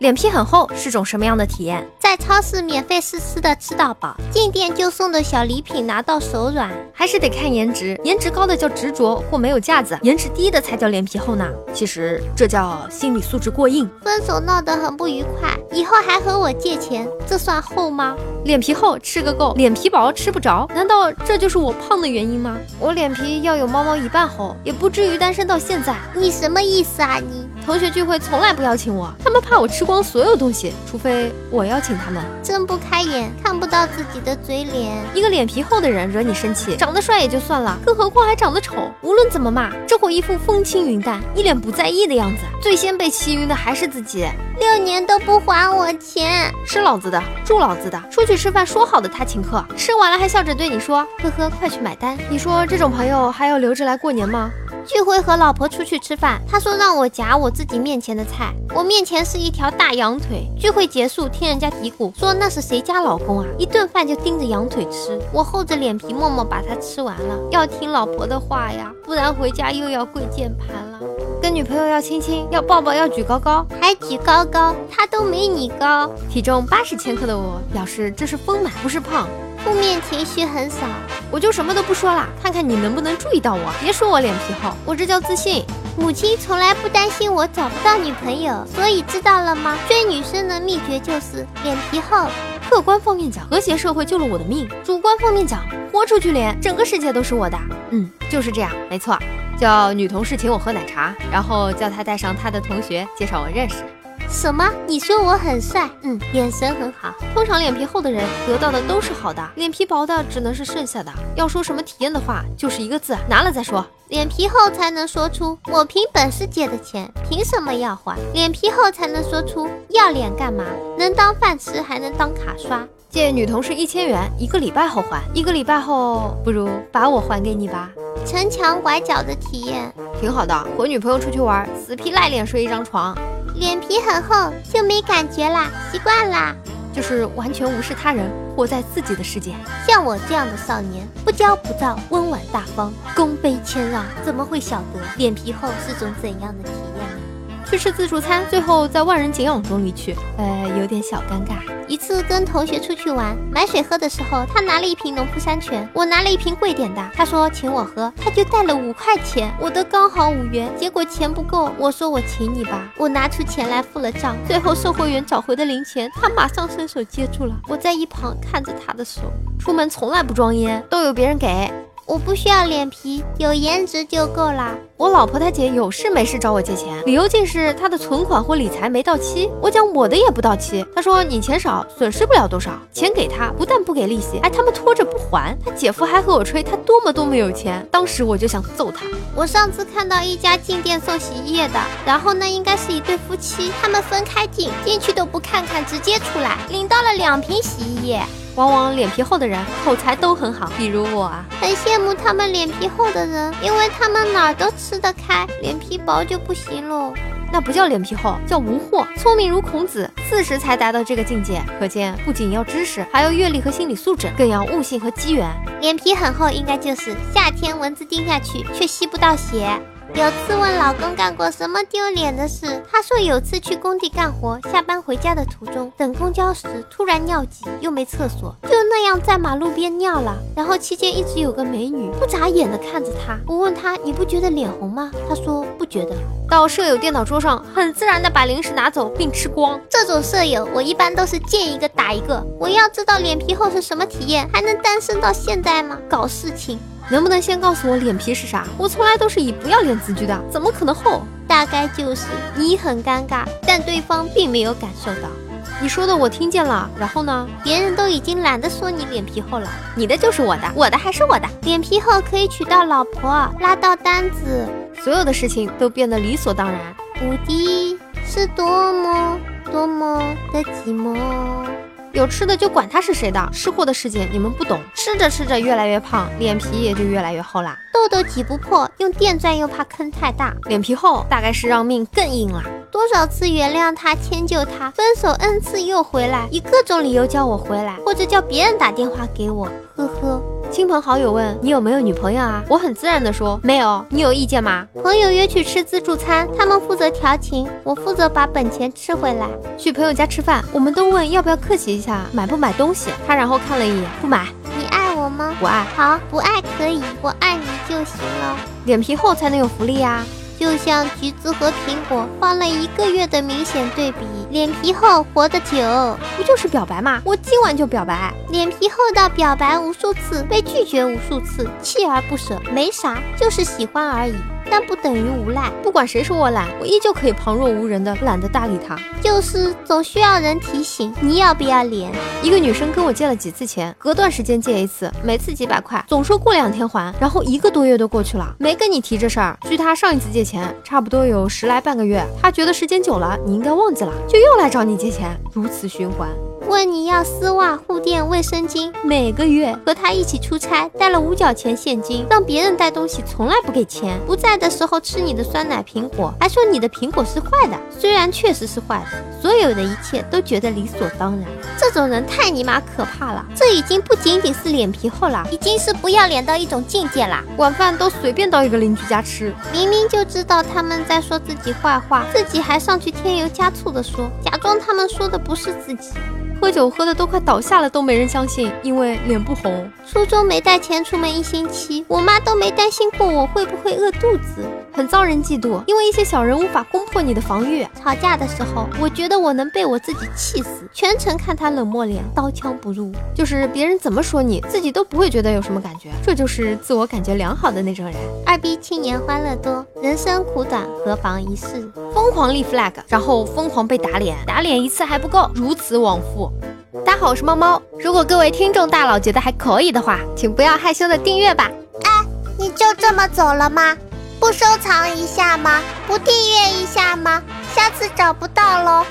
脸皮很厚是种什么样的体验？在超市免费试吃的吃到饱，进店就送的小礼品拿到手软。还是得看颜值，颜值高的叫执着或没有架子，颜值低的才叫脸皮厚呢。其实这叫心理素质过硬。分手闹得很不愉快，以后还和我借钱，这算厚吗？脸皮厚吃个够，脸皮薄吃不着。难道这就是我胖的原因吗？我脸皮要有猫猫一半厚，也不至于单身到现在。你什么意思啊你？同学聚会从来不邀请我，他们怕我吃光所有东西，除非我邀请他们。睁不开眼，看不到自己的嘴脸。一个脸皮厚的人惹你生气，长得帅也就算了，更何况还长得丑。无论怎么骂，这货一副风轻云淡，一脸不在意的样子。最先被气晕的还是自己。六年都不还我钱，吃老子的，住老子的，出去吃饭说好的他请客，吃完了还笑着对你说呵呵，快去买单。你说这种朋友还要留着来过年吗？聚会和老婆出去吃饭，他说让我夹我自己面前的菜，我面前是一条大羊腿。聚会结束，听人家嘀咕说那是谁家老公啊，一顿饭就盯着羊腿吃。我厚着脸皮默默把它吃完了，要听老婆的话呀，不然回家又要跪键盘了。跟女朋友要亲亲，要抱抱，要举高高，还举高高，他都没你高。体重八十千克的我表示这是丰满，不是胖。负面情绪很少，我就什么都不说啦，看看你能不能注意到我。别说我脸皮厚，我这叫自信。母亲从来不担心我找不到女朋友，所以知道了吗？追女生的秘诀就是脸皮厚。客观方面讲，和谐社会救了我的命；主观方面讲，豁出去脸，整个世界都是我的。嗯，就是这样，没错。叫女同事请我喝奶茶，然后叫她带上她的同学介绍我认识。什么？你说我很帅？嗯，眼神很好。通常脸皮厚的人得到的都是好的，脸皮薄的只能是剩下的。要说什么体验的话，就是一个字，拿了再说。脸皮厚才能说出我凭本事借的钱，凭什么要还？脸皮厚才能说出要脸干嘛？能当饭吃，还能当卡刷。借女同事一千元，一个礼拜后还，一个礼拜后，不如把我还给你吧。城墙拐角的体验挺好的，和女朋友出去玩，死皮赖脸睡一张床，脸皮很厚就没感觉啦，习惯啦。就是完全无视他人，活在自己的世界。像我这样的少年，不骄不躁，温婉大方，功卑谦让，怎么会晓得脸皮厚是种怎样的体验呢？去吃自助餐，最后在万人景仰中离去，呃，有点小尴尬。一次跟同学出去玩，买水喝的时候，他拿了一瓶农夫山泉，我拿了一瓶贵点的。他说请我喝，他就带了五块钱，我的刚好五元，结果钱不够，我说我请你吧，我拿出钱来付了账。最后售货员找回的零钱，他马上伸手接住了，我在一旁看着他的手。出门从来不装烟，都有别人给。我不需要脸皮，有颜值就够啦。我老婆她姐有事没事找我借钱，理由竟是她的存款或理财没到期。我讲我的也不到期，她说你钱少，损失不了多少。钱给她，不但不给利息，还他们拖着不还。她姐夫还和我吹她多么多么有钱，当时我就想揍他。我上次看到一家进店送洗衣液的，然后那应该是一对夫妻，他们分开进，进去都不看看，直接出来，领到了两瓶洗衣液。往往脸皮厚的人口才都很好，比如我啊，很羡慕他们脸皮厚的人，因为他们哪儿都吃得开，脸皮薄就不行喽。那不叫脸皮厚，叫无惑。聪明如孔子，四十才达到这个境界，可见不仅要知识，还要阅历和心理素质，更要悟性和机缘。脸皮很厚，应该就是夏天蚊子叮下去却吸不到血。有次问老公干过什么丢脸的事，他说有次去工地干活，下班回家的途中等公交时突然尿急，又没厕所，就那样在马路边尿了。然后期间一直有个美女不眨眼的看着他。我问他你不觉得脸红吗？他说不觉得。到舍友电脑桌上，很自然的把零食拿走并吃光。这种舍友我一般都是见一个打一个。我要知道脸皮厚是什么体验，还能单身到现在吗？搞事情。能不能先告诉我脸皮是啥？我从来都是以不要脸自居的，怎么可能厚？大概就是你很尴尬，但对方并没有感受到。你说的我听见了，然后呢？别人都已经懒得说你脸皮厚了，你的就是我的，我的还是我的。脸皮厚可以娶到老婆，拉到单子，所有的事情都变得理所当然。无敌是多么多么的寂寞。有吃的就管他是谁的，吃货的世界你们不懂。吃着吃着越来越胖，脸皮也就越来越厚啦。痘痘挤不破，用电钻又怕坑太大，脸皮厚大概是让命更硬啦。多少次原谅他，迁就他，分手 n 次又回来，以各种理由叫我回来，或者叫别人打电话给我，呵呵。亲朋好友问你有没有女朋友啊？我很自然的说没有，你有意见吗？朋友约去吃自助餐，他们负责调情，我负责把本钱吃回来。去朋友家吃饭，我们都问要不要客气一下，买不买东西？他然后看了一眼，不买，你爱我吗？我爱，好，不爱可以，我爱你就行了。脸皮厚才能有福利啊呀、就像橘子和苹果放了一个月的明显对比，脸皮厚活得久，不就是表白吗？我今晚就表白。脸皮厚到表白无数次，被拒绝无数次，锲而不舍，没啥，就是喜欢而已，但不等于无赖，不管谁说我懒，我依旧可以旁若无人的懒得搭理他。就是总需要人提醒你要不要脸。一个女生跟我借了几次钱，隔段时间借一次，每次几百块，总说过两天还，然后一个多月都过去了，没跟你提这事儿。据她上一次借钱，差不多有十来半个月，她觉得时间久了，你应该忘记了，就又来找你借钱，如此循环。问你要丝袜、护垫、卫生巾，每个月和他一起出差，带了五角钱现金，让别人带东西从来不给钱，不在的时候吃你的酸奶苹果，还说你的苹果是坏的，虽然确实是坏的，所有的一切都觉得理所当然。这种人太尼玛可怕了，这已经不仅仅是脸皮厚了，已经是不要脸到一种境界啦。晚饭都随便到一个邻居家吃，明明就知道他们在说自己坏话，自己还上去添油加醋的说，假装他们说的不是自己。喝酒喝的都快倒下了都没人相信，因为脸不红。初中没带钱出门一星期，我妈都没担心过我会不会饿肚子。很遭人嫉妒，因为一些小人无法攻破你的防御。吵架的时候，我觉得我能被我自己气死，全程看她冷漠脸，刀枪不入。就是别人怎么说你，自己都不会觉得有什么感觉，这就是自我感觉良好的那种人。二逼青年欢乐多，人生苦短，何妨一试。疯狂立 flag，然后疯狂被打脸，打脸一次还不够，如此往复。大家好，我是猫猫。如果各位听众大佬觉得还可以的话，请不要害羞的订阅吧。你就这么走了吗？不收藏一下吗？不订阅一下吗？下次找不到喽。